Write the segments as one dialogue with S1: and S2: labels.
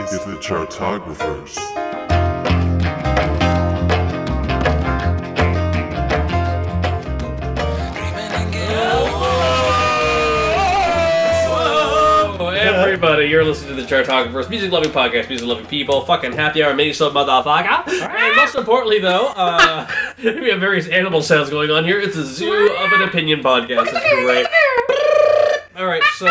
S1: is the Chartographers.
S2: Whoa, everybody, you're listening to the Chartographers, music loving podcast, music loving people, fucking happy hour, mini sub motherfucker. And most importantly, though, uh, we have various animal sounds going on here. It's a zoo of an opinion podcast. It's great. All right, so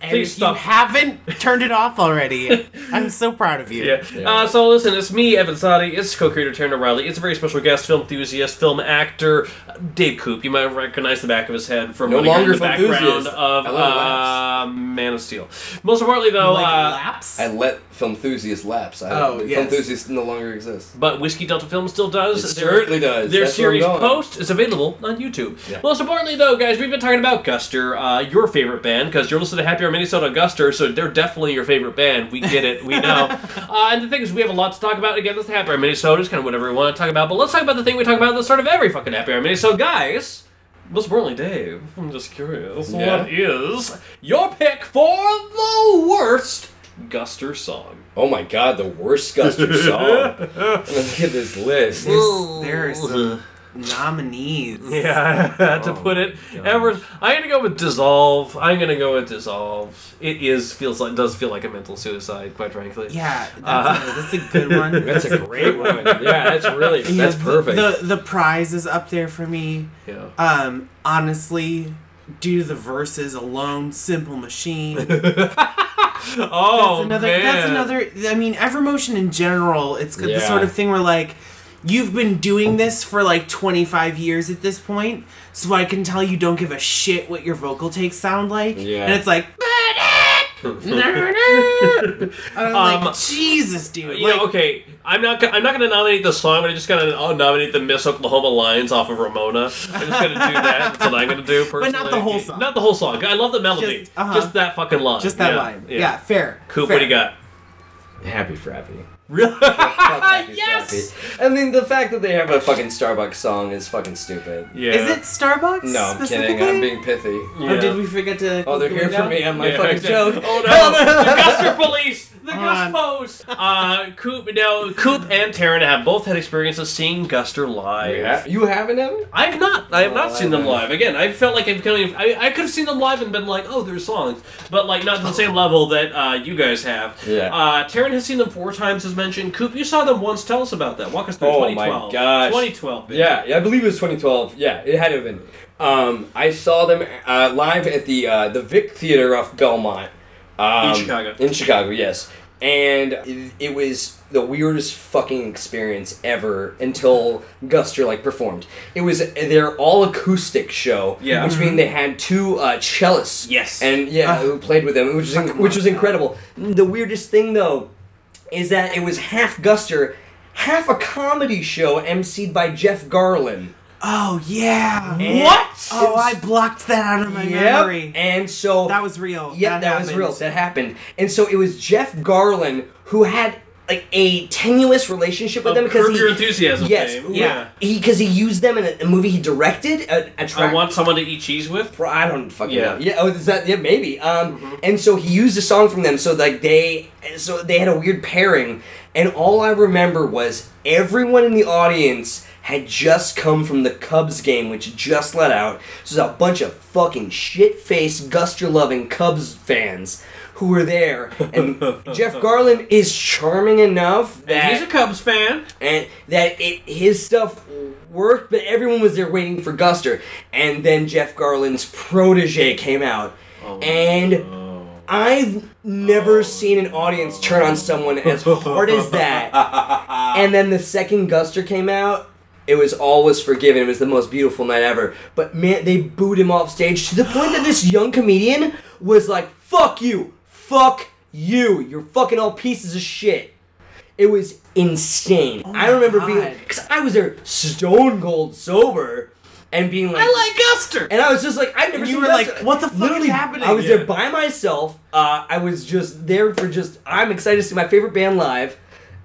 S3: And
S2: please
S3: if
S2: stop.
S3: you haven't turned it off already, I'm so proud of you.
S2: Yeah. Uh, so listen, it's me, Evan Sadi. It's co-creator Taryn O'Reilly. It's a very special guest, film enthusiast, film actor, uh, Dave Coop. You might recognize the back of his head from
S4: No
S2: when he was
S4: longer
S2: in the
S4: film
S2: background
S4: enthusiast.
S2: of
S4: I love
S2: uh, Man of Steel. Most importantly, though,
S3: Like
S2: uh,
S3: laps.
S4: I let film enthusiast lapse. I,
S3: Oh, yes.
S4: Film enthusiast no longer exists.
S2: but Whiskey Delta Film still does.
S4: It
S2: Their-
S4: certainly does.
S2: Their
S4: That's where I'm
S2: series
S4: going.
S2: Post is available on YouTube.
S4: Yeah.
S2: Most importantly, though, guys, we've been talking about Guster, uh, your favorite band, because you're listening to Happy Hour Minnesota on Guster, so they're definitely your favorite band. We get it. We know. uh, and the thing is, we have a lot to talk about. Again, this is Happy Hour Minnesota. It's kind of whatever we want to talk about. But let's talk about the thing we talk about at the start of every fucking Happy Hour Minnesota. Guys, most importantly, Dave, I'm just curious.
S4: Yeah.
S2: What is your pick for the worst Guster song?
S4: Oh my god, the worst Guster song. Look at this list.
S3: There's, there are some nominees.
S2: Yeah, to put it, ever. I'm gonna go with dissolve. I'm gonna go with dissolve. It is feels like does feel like a mental suicide, quite frankly.
S3: Yeah, that's, a,
S2: Uh-huh.
S3: that's a good one.
S4: That's a great one. Yeah, that's really
S3: Yeah,
S4: that's
S3: the-
S4: perfect.
S3: The, the prize is up there for me.
S2: Yeah.
S3: Um, honestly, due to the verses alone, Simple Machine.
S2: Oh
S3: that's another
S2: man.
S3: that's another i mean evermotion in general it's the
S4: Yeah.
S3: sort of thing where like you've been doing this for like 25 years at this point so i can tell you don't give a shit what your vocal takes sound like
S4: Yeah.
S3: and it's like and I'm
S2: Um,
S3: like jesus dude
S2: You know,
S3: like,
S2: okay, I'm not. go- I'm not gonna nominate the song, but I'm just gonna I'll nominate the Miss Oklahoma Lions off of Ramona. I'm just gonna do that. That's what I'm gonna do. Personally.
S3: not the whole song.
S2: Not the whole song. I love the melody. Just,
S3: Just- uh-huh.
S2: that fucking line.
S3: just that
S2: Yeah,
S3: line yeah, fair
S2: Coop,
S3: fair.
S2: what do you got?
S4: Happy Frappy.
S2: Really?
S4: Fuck Happy
S2: Yes!
S4: Frappy. I mean, the fact that they have a fucking Starbucks song is fucking stupid.
S2: yeah.
S3: is it starbucks
S4: No, I'm kidding.
S3: specifically?
S4: I'm being pithy.
S3: or
S2: Yeah.
S3: did we forget to
S4: Oh, they're here for me on my
S2: Yeah,
S4: fucking
S2: exactly.
S4: joke.
S2: Oh no! the Guster police! The
S3: on.
S2: Guspos! Uh, Coop, now, Coop and Taryn have both had experiences seeing Guster live.
S4: Yeah. You haven't ever?
S2: I've not. I have not
S4: Oh,
S2: seen them
S4: I know.
S2: live. Again, I felt like I've kind of, I, I could have seen them live and been like, oh, there's songs, but like not to the same level that uh, you guys have.
S4: Yeah.
S2: Uh, Taryn has seen them four times, as mentioned. Coop, you saw them once. Tell us about that. Walk us through.
S4: Oh my
S2: 2012.
S4: gosh.
S2: 2012. Baby.
S4: Yeah, yeah, I believe it was 2012. Yeah, it had to have been. Um, I saw them uh, live at the uh, the Vic Theater off Belmont. Um,
S2: In Chicago.
S4: In Chicago, yes. And it, it was the weirdest fucking experience ever until Guster like performed. It was their all acoustic show,
S2: Yeah.
S4: which means they had two uh, cellists.
S2: Yes.
S4: and yeah,
S3: Ah.
S4: who played with them, which was in- which was incredible. The weirdest thing though is that it was half Guster, half a comedy show emceed by Jeff Garland.
S3: oh yeah
S4: What?
S3: oh i blocked that out of my memory
S4: And so
S3: that was real
S4: Oh. yeah, that, was
S3: happened.
S4: real. That happened. And so it was Jeff Garland who had like a tenuous relationship with them
S2: Of Curb
S4: because
S2: Your
S4: he,
S2: Enthusiasm
S4: yes,
S2: fame.
S4: yeah, because he, used them in a, a movie he directed. A, a
S2: I
S4: track
S2: want someone to eat cheese with.
S4: Pro- I don't fucking
S2: Yeah.
S4: know. Yeah. Oh, is that yeah? Maybe. Um. And so he used a song from them. So like they, so they had a weird pairing. And all I remember was everyone in the audience had just come from the Cubs game, which just let out. So it was a bunch of fucking shit-faced, guster-loving Cubs fans who were there. And Jeff Garland is charming enough that
S2: He's a Cubs fan.
S4: and that it his stuff worked, but everyone was there waiting for Guster. And then Jeff Garland's protege came out, and I've never seen an audience turn on someone as hard as that. and then the second Guster came out. It was always forgiven. It was the most beautiful night ever. But man, they booed him off stage to the point that this young comedian was like, "Fuck you, fuck you, you're fucking all pieces of shit." It was insane. I remember being
S3: God.
S4: because I was there stone cold sober and being like,
S2: Guster.
S4: and I was just like, I've never
S3: And you
S4: seen
S3: were
S4: that-
S3: like, what the fuck is
S4: Literally,
S3: happening?
S4: I was
S2: Yeah.
S4: there by myself. Uh, I was just there for just I'm excited to see my favorite band live,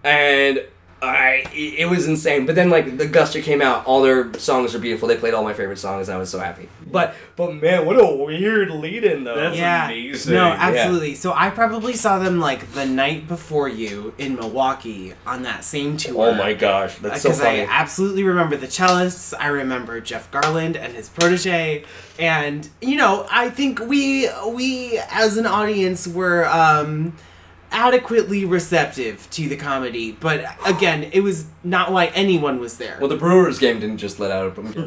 S4: and I it it was insane. But then like the Guster came out, all their songs are beautiful. They played all my favorite songs. I was so happy. But but man, what a weird lead in though.
S2: That's-
S3: yeah.
S2: amazing.
S3: No,
S2: Yeah.
S3: absolutely. So I probably saw them like the night before you in Milwaukee on that same tour.
S4: oh my gosh, that's so
S3: Because I
S4: funny.
S3: absolutely remember the cellists. I remember Jeff Garland and his protege, and you know, I think we we as an audience were um, adequately receptive to the comedy. But again, it was not why anyone was there.
S4: well, the Brewers game didn't just let out. a-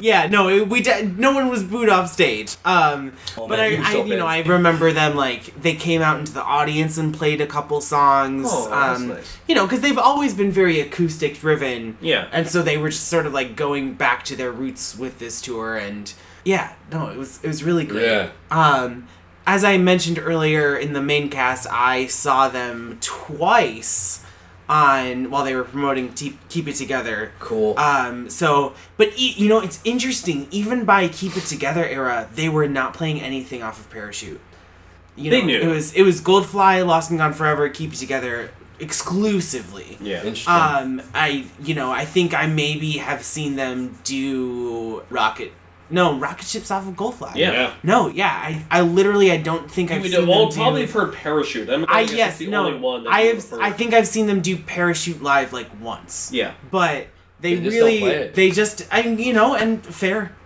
S3: yeah, no, it, we de- no one was booed off stage. Um, but
S4: Oh, man,
S3: I,
S4: you were
S3: I
S4: so
S3: you know, I
S4: pissed.
S3: remember them like they came out into the audience and played a couple songs.
S4: Oh, that's
S3: um,
S4: nice.
S3: You know, because they've always been very acoustic driven.
S2: Yeah.
S3: and so they were just sort of like going back to their roots with this tour, and yeah, no, it was it was really great.
S4: Yeah.
S3: Um, as I mentioned earlier in the main cast, I saw them twice on while they were promoting Te- Keep It Together.
S4: Cool.
S3: Um, so, but e- you know, it's interesting. Even by Keep It Together era, they were not playing anything off of Parachute. You
S2: They
S3: know,
S2: knew.
S3: it was it was Goldfly, Lost and Gone Forever, Keep It Together exclusively.
S2: Yeah.
S4: Interesting.
S3: Um, I you know I think I maybe have seen them do Rocket. No, Rocket Ships off of Goldfly.
S2: Yeah.
S3: No, yeah, I, I literally I don't think I've
S2: We
S3: seen
S2: did, well,
S3: them
S2: probably
S3: do.
S2: for parachute. I'm
S3: I
S2: guess it's
S3: yes
S2: the
S3: no.
S2: only one. that
S3: I
S2: we
S3: have.
S2: prefer.
S3: I think I've seen them do parachute live like once.
S2: Yeah.
S3: But they,
S4: They just don't
S3: really
S4: play it.
S3: they just I you know and fair,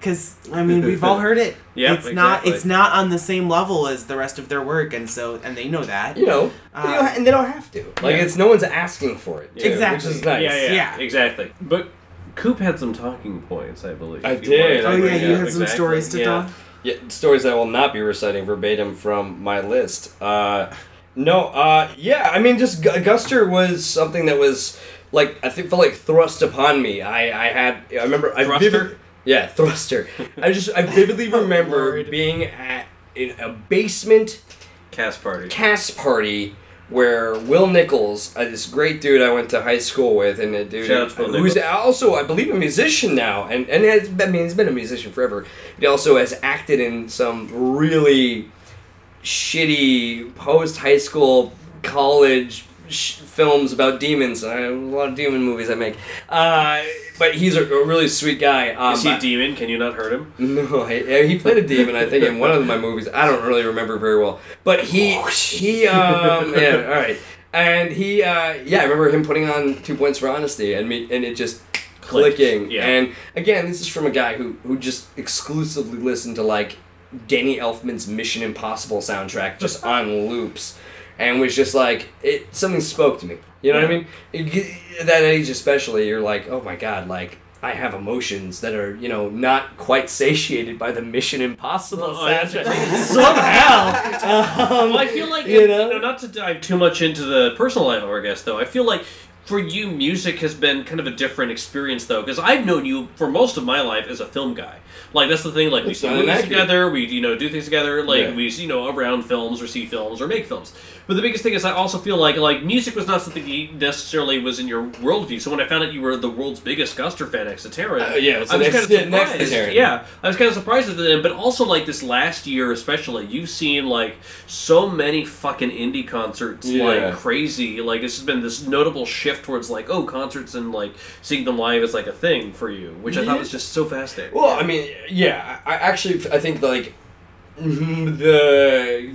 S3: because I mean we've all heard it.
S2: Yeah,
S3: It's not
S2: exactly.
S3: it's not on the same level as the rest of their work, and so and they know that.
S4: you know,
S3: Uh,
S4: they don't ha- and they don't have to. Like
S2: yeah.
S4: it's no one's asking for it. too,
S3: Exactly.
S4: Which is nice.
S2: Yeah, yeah,
S3: Yeah.
S2: exactly. But Coop had some talking points, I believe.
S4: I
S2: If you
S4: did.
S2: wanted
S3: Oh
S2: to
S3: yeah,
S2: bring
S3: you
S2: up
S3: had some
S2: exactly,
S3: stories to
S2: yeah.
S3: tell.
S4: Yeah, stories I will not be reciting verbatim from my list. Uh, no, uh, yeah, I mean, just G- Guster was something that was like I think felt like thrust upon me. I, I had I remember I
S2: Thruster?
S4: vivid- yeah, thruster. I just I vividly remember
S3: Lord.
S4: being at in a basement
S2: Cast party.
S4: cast party where Will Nichols, uh, this great dude I went to high school with, and a dude
S2: Shout out to Will
S4: who's
S2: Nichols.
S4: also, I believe, a musician now, and and has, I mean, he's been a musician forever. He also has acted in some really shitty post high school college sh- films about demons. I, a lot of demon movies I make, uh, but he's a, a really sweet guy. Um,
S2: Is he
S4: I-
S2: a demon? Can you not hurt him?
S4: no, I, I- he played a demon. I think in one of my movies. I don't really remember very well, but he he um yeah all right, and he uh yeah I remember him putting on two points for honesty and me and it just
S2: Clicked,
S4: clicking
S2: yeah.
S4: and again this is from a guy who who just exclusively listened to like Danny Elfman's Mission Impossible soundtrack just on loops and was just like it something spoke to me you know what I mean It- at that age especially you're like oh my god like I have emotions that are you know not quite satiated by the Mission Impossible
S2: Oh, that's
S4: soundtrack
S2: right.
S4: somehow um,
S2: Well, I feel like
S4: You
S2: you
S4: know?
S2: know? not to dive too much into the personal life of our guest, though. I feel like for you, music has been kind of a different experience, though, because I've known you for most of my life as a film guy. Like that's the thing. Like we
S4: It's
S2: see
S4: not
S2: movies
S4: inaccurate.
S2: together, we you know do things together. Like
S4: Yeah.
S2: we you know around films or see films or make films. But the biggest thing is I also feel like like music was not something that necessarily was in your worldview. So when I found out you were the world's biggest Guster fan next to Terran,
S4: Uh, yeah, so
S2: I was
S4: next-
S2: kind of
S4: yeah, next
S2: surprised.
S4: to Taryn.
S2: yeah, yeah, I was kind of surprised at them, but also like this last year, especially, you've seen like so many fucking indie concerts,
S4: Yeah.
S2: like crazy. Like it's just been this notable shift towards like oh, concerts and like seeing them live is like a thing for you, which I thought was just so fascinating.
S4: Well, I mean, yeah. I I actually, I think like mhm, the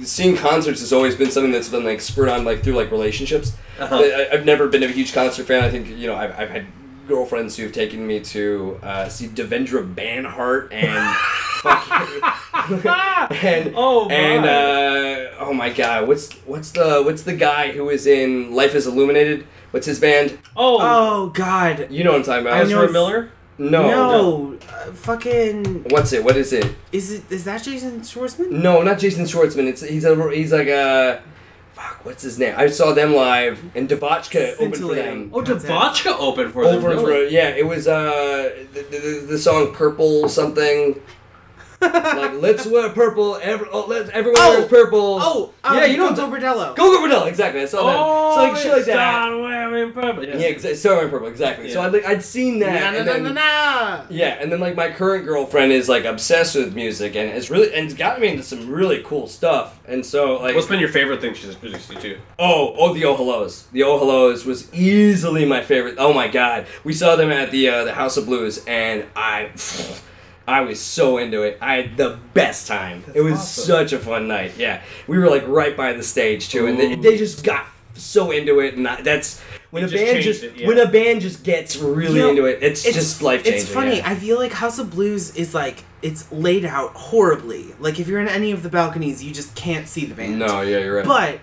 S4: seeing concerts has always been something that's been like spurred on like through like relationships.
S2: Uh-huh.
S4: I, I've never been a huge concert fan. I think you know I've, I've had girlfriends who've taken me to uh, see Devendra Banhart and. fucking- and
S2: Oh, my.
S4: and uh, oh my god, what's what's the what's the guy who is in Life Is Illuminated? What's his band? uh,
S2: oh,
S3: Oh God.
S4: You know what I'm talking about?
S3: I know
S2: Ezra
S3: it's-
S2: Miller.
S4: No.
S3: no, Uh, fucking
S4: What's it? What is it?
S3: is it is that Jason Schwartzman?
S4: No, not Jason Schwartzman. It's he's a he's like a fuck. What's his name? I saw them live and Debotchka opened for
S3: Scintillating.
S4: them.
S2: Oh,
S3: That's it.
S2: Debotchka opened for them.
S4: Over
S2: really?
S4: for yeah, it was uh the, the, the song Purple something. like let's wear purple. Every, oh, let's everyone
S3: Oh!
S4: wears purple.
S3: Oh, um,
S4: yeah, you know
S3: Gogo Bordello.
S4: Go go Bordello, exactly. I saw
S3: Oh,
S2: Oh,
S4: that. So like shit like that.
S2: wearing purple.
S4: Yeah, exactly. So wearing purple, exactly. So
S2: Yeah.
S4: I'd like I'd seen that.
S3: Na, na,
S4: and
S3: na,
S4: then,
S3: na, na.
S4: Yeah, and then like my current girlfriend is like obsessed with music and it's really and it's gotten me into some really cool stuff. And so like
S2: What's been your favorite thing she's produced you to?
S4: Oh, oh, the Oh Hellos. The Oh Hellos was easily my favorite. Oh my god, we saw them at the uh, the House of Blues, and I, I was so into it. I had the best time. it was
S3: awesome.
S4: such a fun night. Yeah, we were like right by the stage too, and they, they just got so into it, and I, that's when
S2: It
S4: a
S2: just
S4: band
S2: changed
S4: just
S2: it, yeah.
S4: when a band just gets really
S3: You know,
S4: into it, it's, just life changing.
S3: It's funny.
S4: yeah.
S3: I feel like House of Blues is like it's laid out horribly. Like if you're in any of the balconies, you just can't see the band.
S4: no, yeah, you're right.
S3: But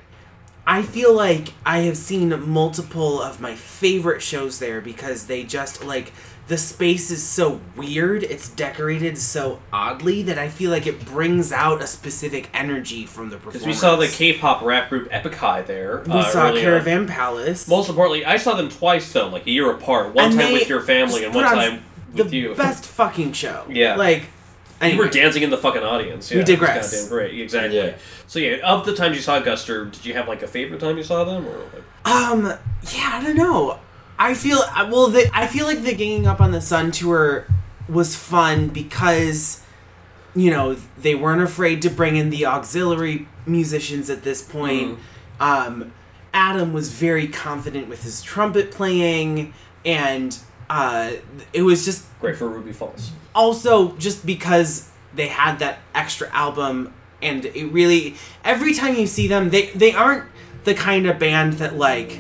S3: I feel like I have seen multiple of my favorite shows there because they just like the space is so weird, it's decorated so oddly that I feel like it brings out a specific energy from the performance.
S2: Because we saw the K-pop rap group Epic High there.
S3: We
S2: uh,
S3: saw
S2: early on.
S3: Caravan Palace.
S2: Most importantly, I saw them twice though, like a year apart. One
S3: And
S2: time
S3: they
S2: with your family
S3: just
S2: and
S3: put
S2: one
S3: on
S2: time with
S3: the
S2: you.
S3: Best fucking show.
S2: Yeah.
S3: Like
S2: You were
S3: anyway.
S2: dancing in the fucking audience. Yeah,
S3: We digress.
S2: It was goddamn great. Exactly.
S4: Yeah.
S2: So yeah, of the times you saw Guster, did you have like a favorite time you saw them, or like,
S3: Um. Yeah, I don't know. I feel I- well. The, I feel like the ganging up on the sun tour was fun because, you know, they weren't afraid to bring in the auxiliary musicians at this point. Um, Adam was very confident with his trumpet playing, and uh, it was just
S2: great for Ruby Falls?
S3: also just because they had that extra album and it really every time you see them they they aren't the kind of band that like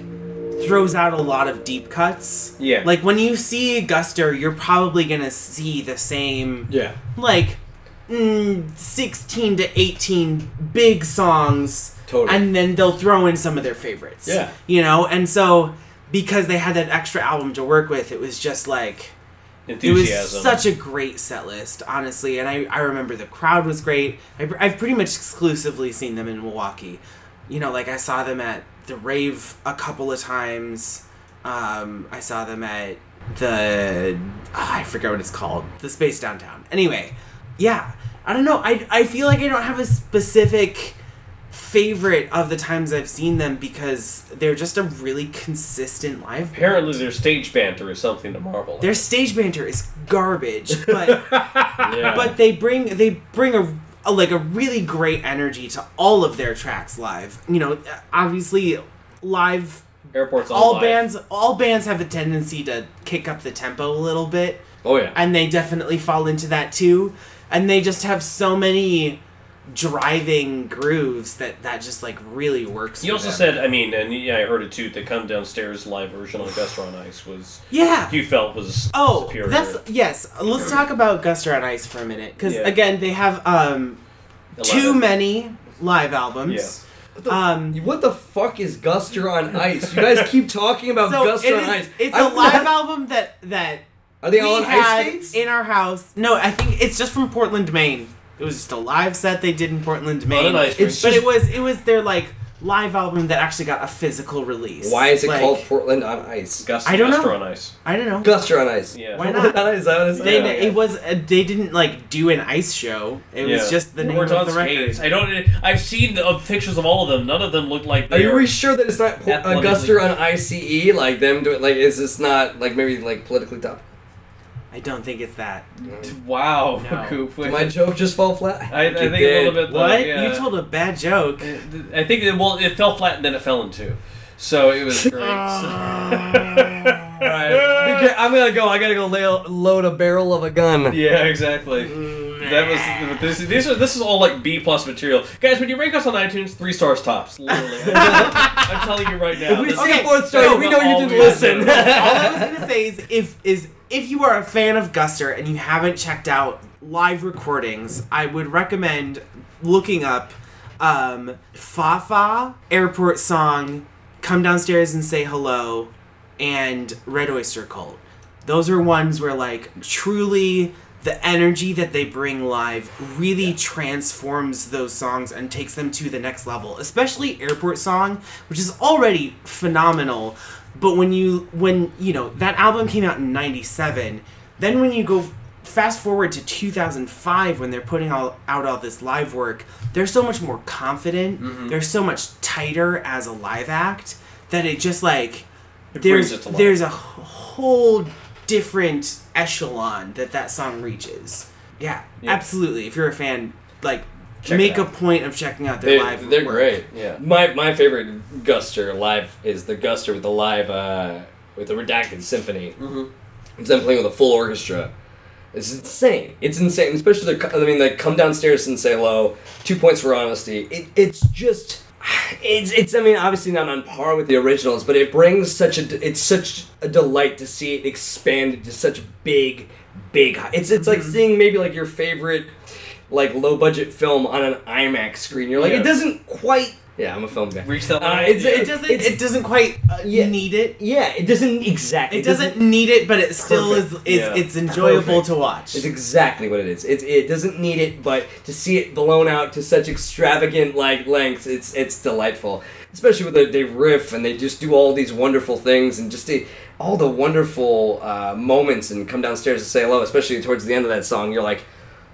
S3: throws out a lot of deep cuts
S2: Yeah.
S3: like when you see guster you're probably gonna see the same
S4: yeah,
S3: like mm, 16 to 18 big songs
S4: Totally.
S3: and then they'll throw in some of their favorites
S4: Yeah.
S3: you know and so because they had that extra album to work with it was just like it was
S2: Enthusiasm.
S3: such a great set list, honestly, and I, I remember the crowd was great. I, I've pretty much exclusively seen them in Milwaukee. You know, like I saw them at the rave a couple of times. Um, I saw them at the ah, I forget what it's called, the space downtown. Anyway, yeah, I don't know. I I feel like I don't have a specific favorite of the times I've seen them because they're just a really consistent live. band.
S2: Apparently, their stage banter is something to marvel. at.
S3: Their stage banter is garbage, but
S4: yeah.
S3: but they bring they bring a, a like a really great energy to all of their tracks live. You know, obviously live
S2: Airports on
S3: all
S2: live.
S3: bands all bands have a tendency to kick up the tempo a little bit
S4: oh yeah,
S3: and they definitely fall into that too. And they just have so many driving grooves that that just like really works.
S2: You
S3: for
S2: also
S3: them.
S2: said, I mean, and yeah, I heard it too. The come downstairs live version on Guster on Ice was
S3: Yeah.
S2: you felt was
S3: Oh,
S2: superior.
S3: that's yes. Let's talk about Guster on Ice for a minute cuz
S2: Yeah.
S3: again, they have um too
S2: Eleven.
S3: many live albums.
S4: What the,
S3: Um,
S4: what the fuck is Guster on Ice? You guys keep talking about
S3: so
S4: Guster
S3: it
S4: on
S3: is-
S4: Ice.
S3: It's
S4: a
S3: a live album that that
S4: Are they
S3: we
S4: all on
S3: had
S4: ice skates?
S3: in our house. No, I think it's just from Portland, Maine. It was just a live set they did in Portland, Maine.
S2: an ice
S4: It's
S2: it's
S3: but
S4: just-
S3: it was it was their like live album that actually got a physical release.
S4: Why is it
S3: Like,
S4: called Portland on Ice?
S2: Guster,
S3: I don't know.
S2: Guster on Ice.
S3: I don't know.
S4: Guster on Ice.
S2: Yeah.
S3: Why
S4: Portland
S3: not?
S4: on Ice. Is that what it's
S3: They
S4: called?
S3: it was uh, they didn't like do an ice show. It
S2: Yeah.
S3: was just the
S2: They
S3: name
S2: weren't on
S3: of the record.
S2: skates. I don't. I've seen the, uh, pictures of all of them. None of them look like.
S4: Are you
S2: they're-
S4: really sure that it's not Por- uh,
S2: Athletically-
S4: Guster on ICE? Like them doing? Like is this not like maybe like politically tough?
S3: I don't think it's that.
S2: Wow,
S3: No.
S2: Coop.
S4: Did my joke just fall flat?
S2: I, I
S4: it
S2: think a
S4: did.
S2: little bit.
S3: What?
S2: Like, yeah.
S3: You told a bad joke.
S2: I think it, well, it fell flat and then it fell in two, so it was great.
S3: Oh.
S4: All right. Okay, I'm gonna go. I gotta go lay, load a barrel of a gun.
S2: yeah, exactly. That was this. These are this is all like B plus material, guys. When you rank us on iTunes, three stars tops. Literally, I'm telling you right now.
S4: We
S2: this-
S4: see a fourth star.
S3: no,
S4: we know
S2: all
S4: you didn't
S2: we have
S4: listen.
S2: to-
S3: All I was gonna say is if is if you are a fan of Guster and you haven't checked out live recordings, I would recommend looking up um, Fafa Airport Song, Come Downstairs and Say Hello, and Red Oyster Cult. Those are ones where like truly the energy that they bring live really transforms those songs and takes them to the next level especially airport song which is already phenomenal but when you when you know that album came out in 97 then when you go fast forward to 2005 when they're putting all, out all this live work, they're so much more confident. They're so much tighter as a live act that it just like
S2: brings
S3: there's
S2: it to life.
S3: there's a wh- whole different echelon that that song reaches. Yeah, absolutely. If you're a fan, like
S5: Check it
S3: make a
S5: out.
S3: point of checking out their
S4: They,
S3: live.
S4: they're
S3: work.
S4: great. Yeah. My my favorite Guster live is the Guster with the live uh, with the redacted symphony. Mm-hmm. It's them playing with a full orchestra. It's insane. It's insane, especially the. I mean, like come downstairs and say hello. Two points for honesty. It, it's just. It's, it's I mean obviously not on par with the originals but it brings such a it's such a delight to see it expanded to such big big hi- it's it's like seeing maybe like your favorite like low budget film on an IMAX screen you're like
S2: Yeah.
S4: it doesn't quite yeah I'm a film guy
S2: Reach that
S4: Uh,
S2: level,
S4: it's,
S2: yeah.
S4: it
S3: It
S4: doesn't
S3: doesn't. It doesn't quite uh,
S4: Yeah.
S3: need it.
S4: yeah it doesn't exactly
S3: It doesn't need it, but it still is.
S4: Perfect.
S3: is
S2: Yeah.
S3: It's enjoyable
S4: Perfect.
S3: to watch.
S4: It's exactly what it is. It, it doesn't need it, but to see it blown out to such extravagant like lengths, it's it's delightful. Especially with the, they riff and they just do all these wonderful things and just the, all the wonderful uh, moments and come downstairs and say hello. Especially towards the end of that song, you're like,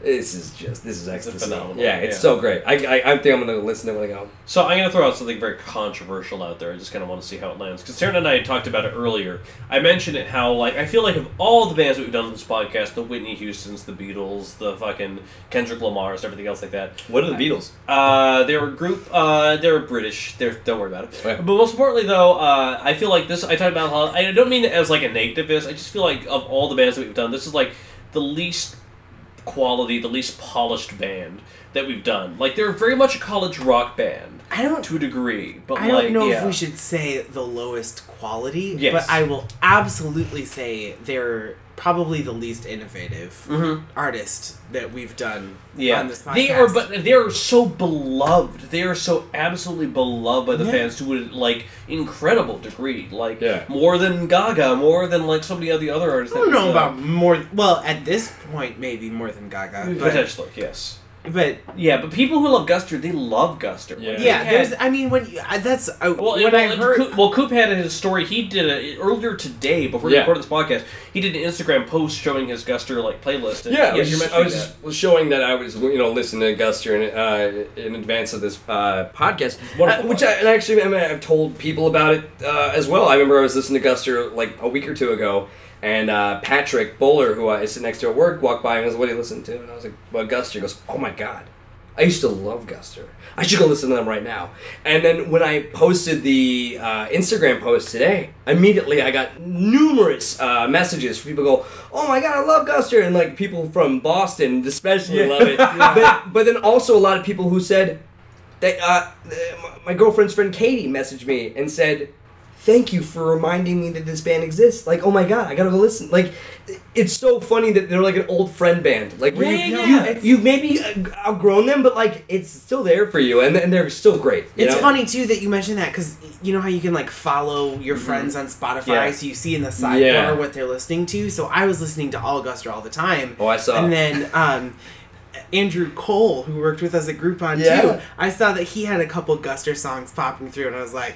S4: this is just this is ecstasy.
S2: phenomenal,
S4: Yeah, it's
S2: yeah.
S4: so great. I, I I think I'm gonna listen to it when I go. home.
S2: So I'm gonna throw out something very controversial out there. I just kind of want to see how it lands because Taryn and I had talked about it earlier. I mentioned it how like I feel like of all the bands that we've done on this podcast, the Whitney Houston's, the Beatles, the fucking Kendrick Lamar's, everything else like that.
S4: What are the Beatles?
S2: Uh, they were a group. Uh, they were British. They're, don't worry about it.
S4: Right.
S2: But most importantly, though, uh, I feel like this. I talked about. How, I don't mean it as like a negativist. I just feel like of all the bands that we've done, this is like the least quality, the least polished band that we've done. Like they're very much a college rock band
S3: I don't.
S2: to a degree, but
S3: I
S2: like
S3: don't know
S4: yeah.
S3: if we should say the lowest quality,
S2: Yes.
S3: but I will absolutely say they're probably the least innovative artist that we've done
S2: Mm-hmm. yeah,
S3: on this podcast.
S2: they are. But they are so beloved. They are so absolutely beloved by the
S3: Yeah.
S2: fans to a like incredible degree. Like
S4: Yeah.
S2: more than Gaga, more than like somebody of the other artists.
S3: I
S2: that uh,
S3: don't
S2: we've
S3: know
S2: done.
S3: about more. Well, at this point, maybe more than Gaga, but
S2: Potentially, yes.
S3: but
S2: Yeah, but people who love Guster, they love Guster.
S4: Yeah.
S2: Like,
S3: yeah,
S2: they
S3: there's.
S2: had-
S3: I mean, when you, I- that's uh,
S2: Well,
S3: when
S2: it-
S3: I
S2: well, it-
S3: heard.
S2: Coop, well, Coop had in his story. He did it earlier today before
S4: Yeah.
S2: he recorded this podcast. He did an Instagram post showing his Guster like playlist. And,
S4: Yeah, I was,
S2: you
S4: just, I
S2: mentioned
S4: was
S2: that.
S4: just was showing that I was you know listening to Guster in, uh, in advance of this uh, podcast,
S2: Wonderful
S4: Uh, which I, and actually I mean, I've told people about it uh, as well. I remember I was listening to Guster like a week or two ago, and uh, Patrick Bowler, who I sit next to at work, walked by and was, "What do you listen to?" And I was like, "Well, Guster." He goes, "Oh my god." I used to love Guster. I should go listen to them right now. And then when I posted the uh, Instagram post today, immediately I got numerous uh, messages from people go, "Oh my god, I love Guster!" and like people from Boston especially love it. But, but then also a lot of people who said, they, uh, my- my girlfriend's friend Katie messaged me and said, "Thank you for reminding me that this band exists." Like, oh my god, I gotta go listen. Like, it's so funny that they're like an old friend band. Like, where
S2: Yeah,
S4: you,
S2: yeah,
S4: you-
S2: yeah.
S4: you you've maybe uh, outgrown them, but like it's still there for you, and, and they're still great. you
S3: It's
S4: know?
S3: funny too that you mentioned that because you know how you can like follow your friends on Spotify,
S2: Yeah.
S3: so you see in the sidebar
S4: Yeah.
S3: what they're listening to. So I was listening to All Guster all the time.
S4: Oh, I saw.
S3: And then um, Andrew Cole, who worked with us at Groupon
S4: Yeah.
S3: too, I saw that he had a couple Guster songs popping through, and I was like,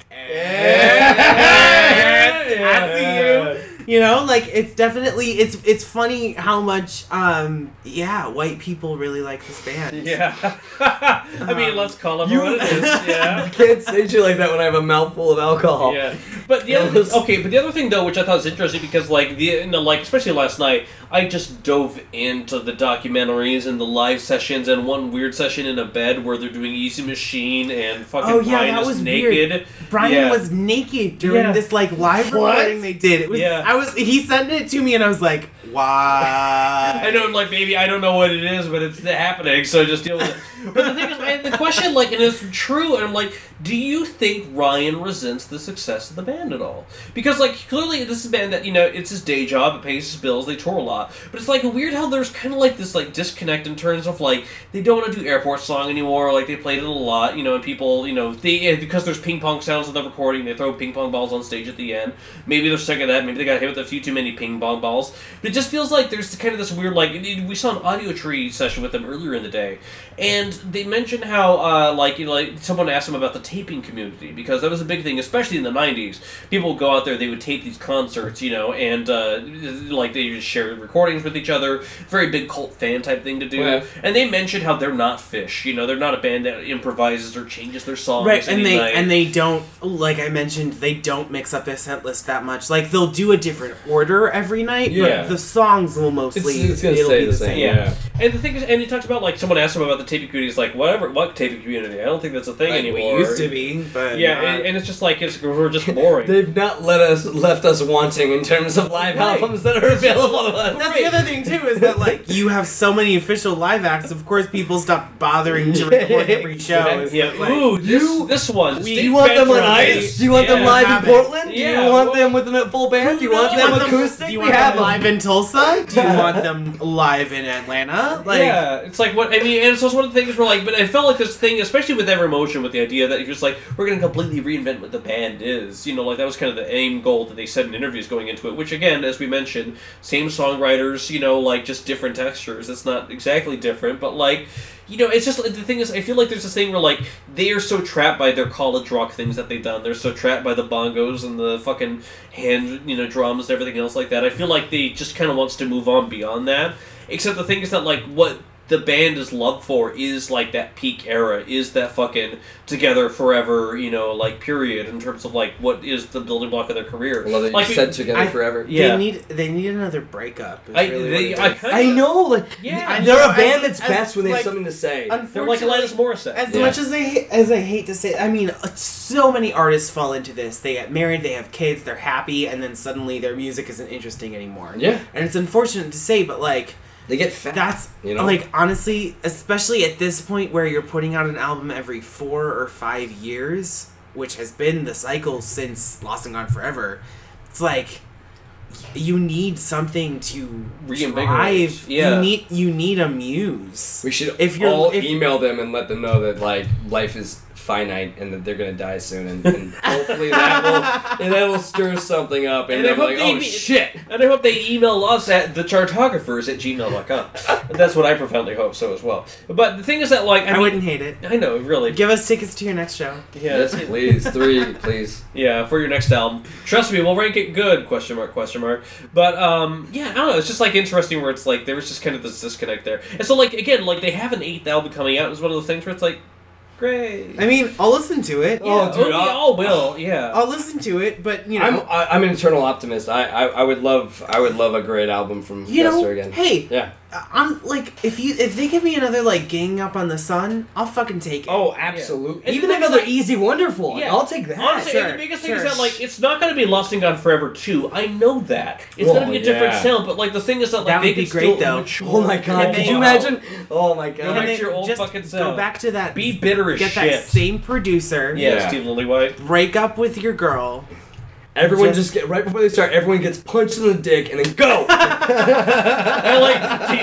S4: Yeah.
S3: I see you. You know, like it's definitely it's it's funny how much um yeah white people really like this band.
S2: yeah. I
S3: Um,
S2: mean, let's call it what it is. Yeah.
S4: Can't say shit like that when I have a mouthful of
S3: Oh.
S4: alcohol.
S2: Yeah, but the
S4: It
S2: other
S4: was-
S2: okay, but the other thing though, which I thought was interesting, because like the you know, like especially last night, I just dove into the documentaries and the live sessions and one weird session in a bed where they're doing Easy Machine and fucking
S3: Oh, yeah,
S2: Brian
S3: that
S2: is
S3: was
S2: naked.
S3: weird. Brian
S2: Yeah.
S3: was naked during
S2: Yeah.
S3: this like live
S4: What?
S3: recording they did. It was
S2: Yeah.
S3: I was he sent it to me and I was like, why?
S2: I know, like maybe I don't know what it is, but it's happening, so just deal with it. But the thing is, I, the question, like, and it's true, and I'm like, do you think Ryan resents the success of the band at all? Because like clearly, this is a band that you know it's his day job, it pays his bills, they tour a lot, but it's like weird how there's kind of like this like disconnect in terms of like they don't want to do airport song anymore, like they played it a lot, you know, and people, you know, they and because there's ping pong sounds in the recording, they throw ping pong balls on stage at the end. Maybe they're sick of that. Maybe they got hit with a few too many ping pong balls. But it just feels like there's kind of this weird like we saw an audio tree session with them earlier in the day, and and they mentioned how uh, like you know, like someone asked them about the taping community because that was a big thing, especially in the '90s. People would go out there, they would tape these concerts, you know, and uh, like they would share recordings with each other. Very big cult fan type thing to do.
S4: Yeah.
S2: And they mentioned how they're not Fish, you know, they're not a band that improvises or changes their songs.
S3: Right, and
S2: any
S3: they
S2: night.
S3: and they don't like I mentioned they don't mix up their set list that much. Like they'll do a different order every night,
S2: Yeah.
S3: but the songs will mostly
S4: It's- it's gonna
S3: it'll
S4: stay
S3: be
S4: the
S3: the
S4: same,
S3: same.
S2: Yeah. And the thing is, and he talks about like someone asked him about the taping community. He's like, whatever, what taping community? I don't think that's a thing
S4: Like, we
S2: anymore.
S4: used to
S3: be, but
S2: Yeah, and, and it's just like it's we're just boring.
S6: They've not let us left us wanting in terms of live
S2: Right.
S6: albums that are available to us.
S3: that's the other thing too is that like you have so many official live acts. Of course, people stop bothering to record every show. It's
S2: yeah.
S3: like-
S2: Ooh, this, this one.
S3: we-
S6: Do you want them on ice? Do you want them
S2: Yeah.
S6: live in
S3: Have it.
S6: Portland? Do
S2: Yeah,
S6: you want
S2: well-
S6: them with a full band? Do you
S3: Do
S6: want
S3: you
S6: them
S3: want them-
S6: acoustic?
S3: Do you
S6: We
S3: want
S6: have
S3: them
S6: them.
S3: live in Tulsa? Do you want them live in Atlanta? Like,
S2: yeah, it's like what I mean, and it's also one of the things where like, but I felt like this thing, especially with Ever Emotion, with the idea that you're just like we're going to completely reinvent what the band is. You know, like that was kind of the aim goal that they said in interviews going into it. Which again, as we mentioned, same songwriters, you know, like just different textures. It's not exactly different, but like. You know, it's just the thing is, I feel like there's this thing where like they are so trapped by their college rock things that they've done. They're so trapped by the bongos and the fucking hand, you know, drums and everything else like that. I feel like they just kind of wants to move on beyond that. Except the thing is that like what the band is loved for is like that peak era, is that fucking together forever, you know, like period in terms of like what is the building block of their career.
S4: I love that you
S2: like
S4: said together
S3: I-
S4: forever.
S2: Yeah.
S3: They need they need another breakup. is
S2: I,
S3: really what
S2: they,
S3: it
S2: I,
S3: is.
S2: kinda,
S6: I know, like
S2: Yeah.
S6: yeah, they're a
S3: I-
S6: band that's
S3: as-
S6: best when they
S3: like-
S6: have something to say.
S2: They're like
S3: Unfortunately,
S2: Alanis Morissette.
S3: As
S4: Yeah.
S3: much as I ha- as I hate to say, I mean, uh, so many artists fall into this. They get married, they have kids, they're happy, and then suddenly their music isn't interesting anymore.
S4: Yeah.
S3: and it's unfortunate to say, but like
S4: They get fat.
S3: that's
S4: You know?
S3: like honestly, especially at this point where you're putting out an album every four or five years, which has been the cycle since Lost and Gone Forever. It's like you need something to
S2: Reinvigorate.
S3: drive.
S2: Yeah.
S3: you need you need a muse.
S4: we should
S3: if you're-
S4: all
S3: if-
S4: email them and let them know that like life is finite and that they're gonna die soon, and, and hopefully that will and that will stir something up, and,
S2: And I
S4: they'll be
S2: hope
S4: like,
S2: they
S4: oh
S2: be-
S4: shit.
S2: And I hope they email us at thechartographers at gmail.com. That's what I profoundly hope so as well. But the thing is that, like, I,
S3: I
S2: mean-
S3: wouldn't hate it.
S2: I know, really.
S3: Give us tickets to your next show.
S2: yeah,
S4: Yes, please. Three, please.
S2: Yeah, for your next album. Trust me, we'll rank it good, question mark, question mark. But um yeah, I don't know, it's just like interesting where it's like there was just kind of this disconnect there. And so like again, like they have an eighth album coming out, it's one of those things where it's like great.
S3: I mean, I'll listen to it.
S4: Oh,
S2: Yeah,
S4: dude,
S2: we
S4: I'll-
S2: all will, yeah.
S3: I'll listen to it, but you know,
S4: I'm I, I'm an eternal optimist. I, I I would love I would love a great album from
S3: you know,
S4: Lester again.
S3: hey,
S4: Yeah.
S3: I'm like, if you if they give me another like gang up on the sun, I'll fucking take it.
S4: Oh,
S2: absolutely.
S6: Even
S2: And the
S6: another
S2: thing is,
S6: easy, wonderful.
S2: Yeah.
S6: I'll take that.
S2: Honestly,
S3: sure,
S2: and the biggest thing is
S3: sure.
S2: that like it's not gonna be Lost and Gone Forever 2. I know that. It's
S4: Well,
S2: gonna be a different
S4: yeah.
S2: sound, but like the thing is that like
S3: Oh, That
S2: they
S3: would be
S2: could
S3: great,
S2: still
S3: though.
S2: mature.
S6: Oh my
S2: Yeah,
S6: god! Could you
S2: wow.
S6: imagine? Oh my
S2: Go back
S6: god!
S2: to your old
S3: just
S2: fucking self.
S3: go back to that.
S2: Be bitter as
S3: get
S2: shit.
S3: that same producer.
S2: Yeah,
S4: Yeah.
S2: Steve Lillywhite.
S3: Break up with your girl.
S6: Everyone
S3: Just-
S6: just, get right before they start. Everyone gets punched in the dick and then go.
S2: I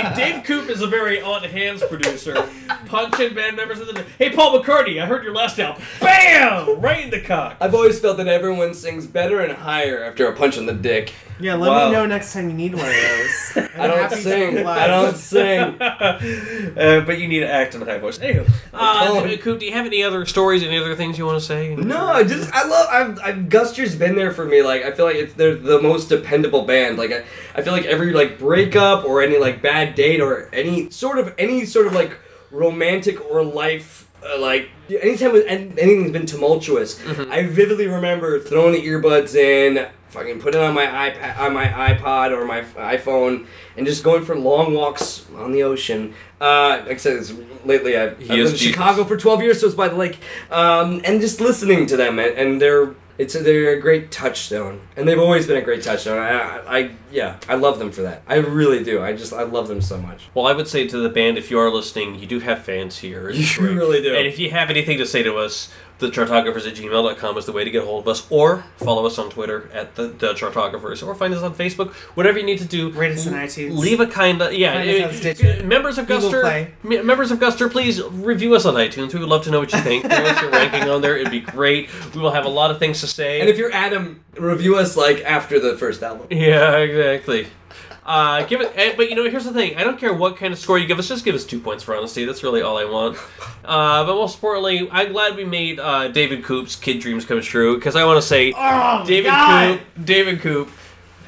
S2: like D- Dave Coop is a very on hands producer. Punching band members in the hey Paul McCartney, I heard your last album. Bam, right in the cock.
S4: I've always felt that everyone sings better and higher after a punch in the dick.
S3: Yeah, let
S2: Wow.
S3: me know next time you need one of those.
S4: I don't sing. I don't sing.
S2: uh, but you need to act in a high voice. Anywho, uh,
S4: Colin.
S2: Coop, do you have any other stories? Any other things you want to say?
S4: No, I just I love I've, I've Guster's been there for me. Like I feel like it's they're the most dependable band. Like I, I feel like every like breakup or any like bad date or any sort of any sort of like romantic or life uh, like anytime when an- anything's been tumultuous, I vividly remember throwing the earbuds in, fucking putting on my iPad on my iPod or my iPhone and just going for long walks on the ocean. Uh, like I said, it's, lately I've, I've
S2: He is
S4: lived in
S2: Jesus.
S4: Chicago for 12 years, so it's by the lake. Um, and just listening to them, and, and they're it's a, they're a great touchstone, and they've always been a great touchstone. I, I, I yeah, I love them for that. I really do. I just I love them so much.
S2: Well, I would say to the band, if you are listening, you do have fans here. It's
S4: You
S2: great.
S4: really do.
S2: And if you have anything to say to us, the chartographers at gmail.com is the way to get a hold of us, or follow us on Twitter at the, the chartographers, or find us on Facebook. Whatever you need to do,
S3: Rate us on
S2: l-
S3: iTunes.
S2: Leave a kind of yeah.
S3: Find us on
S2: eh,
S3: Stitcher.
S2: members of
S3: Google
S2: Guster,
S3: Play.
S2: me- members of Guster, please review us on iTunes. We would love to know what you think. Give us your ranking on there. It'd be great. We will have a lot of things to say.
S4: And if you're Adam, review us like after the first album.
S2: yeah, exactly. Uh, give it, eh, but you know, here's the thing. I don't care what kind of score you give us. Just give us two points for honesty. That's really all I want. Uh, but most importantly, I'm glad we made uh, David Coop's Kid Dreams Come True because I want to say
S3: Oh,
S2: David
S3: God.
S2: Coop, David Coop,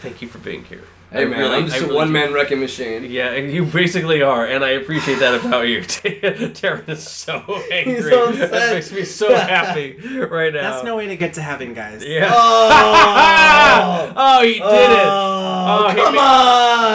S2: thank you for being here.
S7: Hey man, I'm just
S2: I
S7: a
S2: really
S7: one
S2: do-
S7: man wrecking machine.
S2: Yeah, you basically are, and I appreciate that about you. Taryn is so angry.
S4: so upset.
S2: that makes me so happy right now.
S3: That's no way to get to heaven, guys.
S2: Yeah.
S4: Oh,
S2: Oh, he did
S4: Oh,
S2: he
S4: come
S2: ma-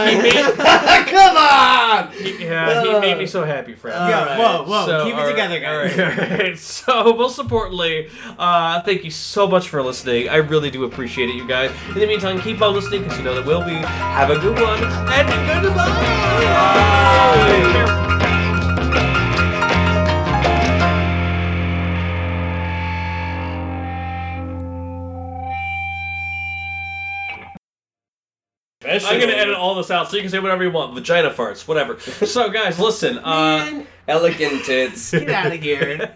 S4: on!
S2: it. He made,
S4: come on!
S2: yeah, he made me so happy, Fred.
S3: Yeah,
S4: Alright.
S3: whoa, whoa,
S2: So,
S3: keep it
S2: alright,
S3: together, guys.
S2: alright, alright. So, most importantly, uh, thank you so much for listening. I really do appreciate it, you guys. In the meantime, keep on listening because you know that we'll be. Have a good one and a good bye. Take care. I'm gonna edit all this out so you can say whatever you want. Vagina farts, whatever. So guys, listen. Uh,
S3: Man,
S7: Pelican tits.
S3: get out of here.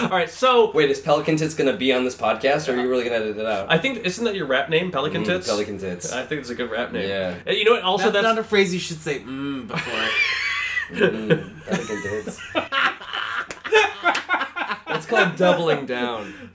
S2: all right, so
S7: Wait, is Pelican tits gonna be on this podcast, or are you really gonna edit it out?
S2: I think isn't that your rap name, Pelican
S7: Mm,
S2: Tits?
S7: Pelican tits.
S2: I think it's a good rap name.
S7: Yeah.
S2: And you know what? Also,
S3: that's,
S2: that's,
S3: not a phrase you should say mm, before.
S7: Mm, Pelican tits. That's called doubling down.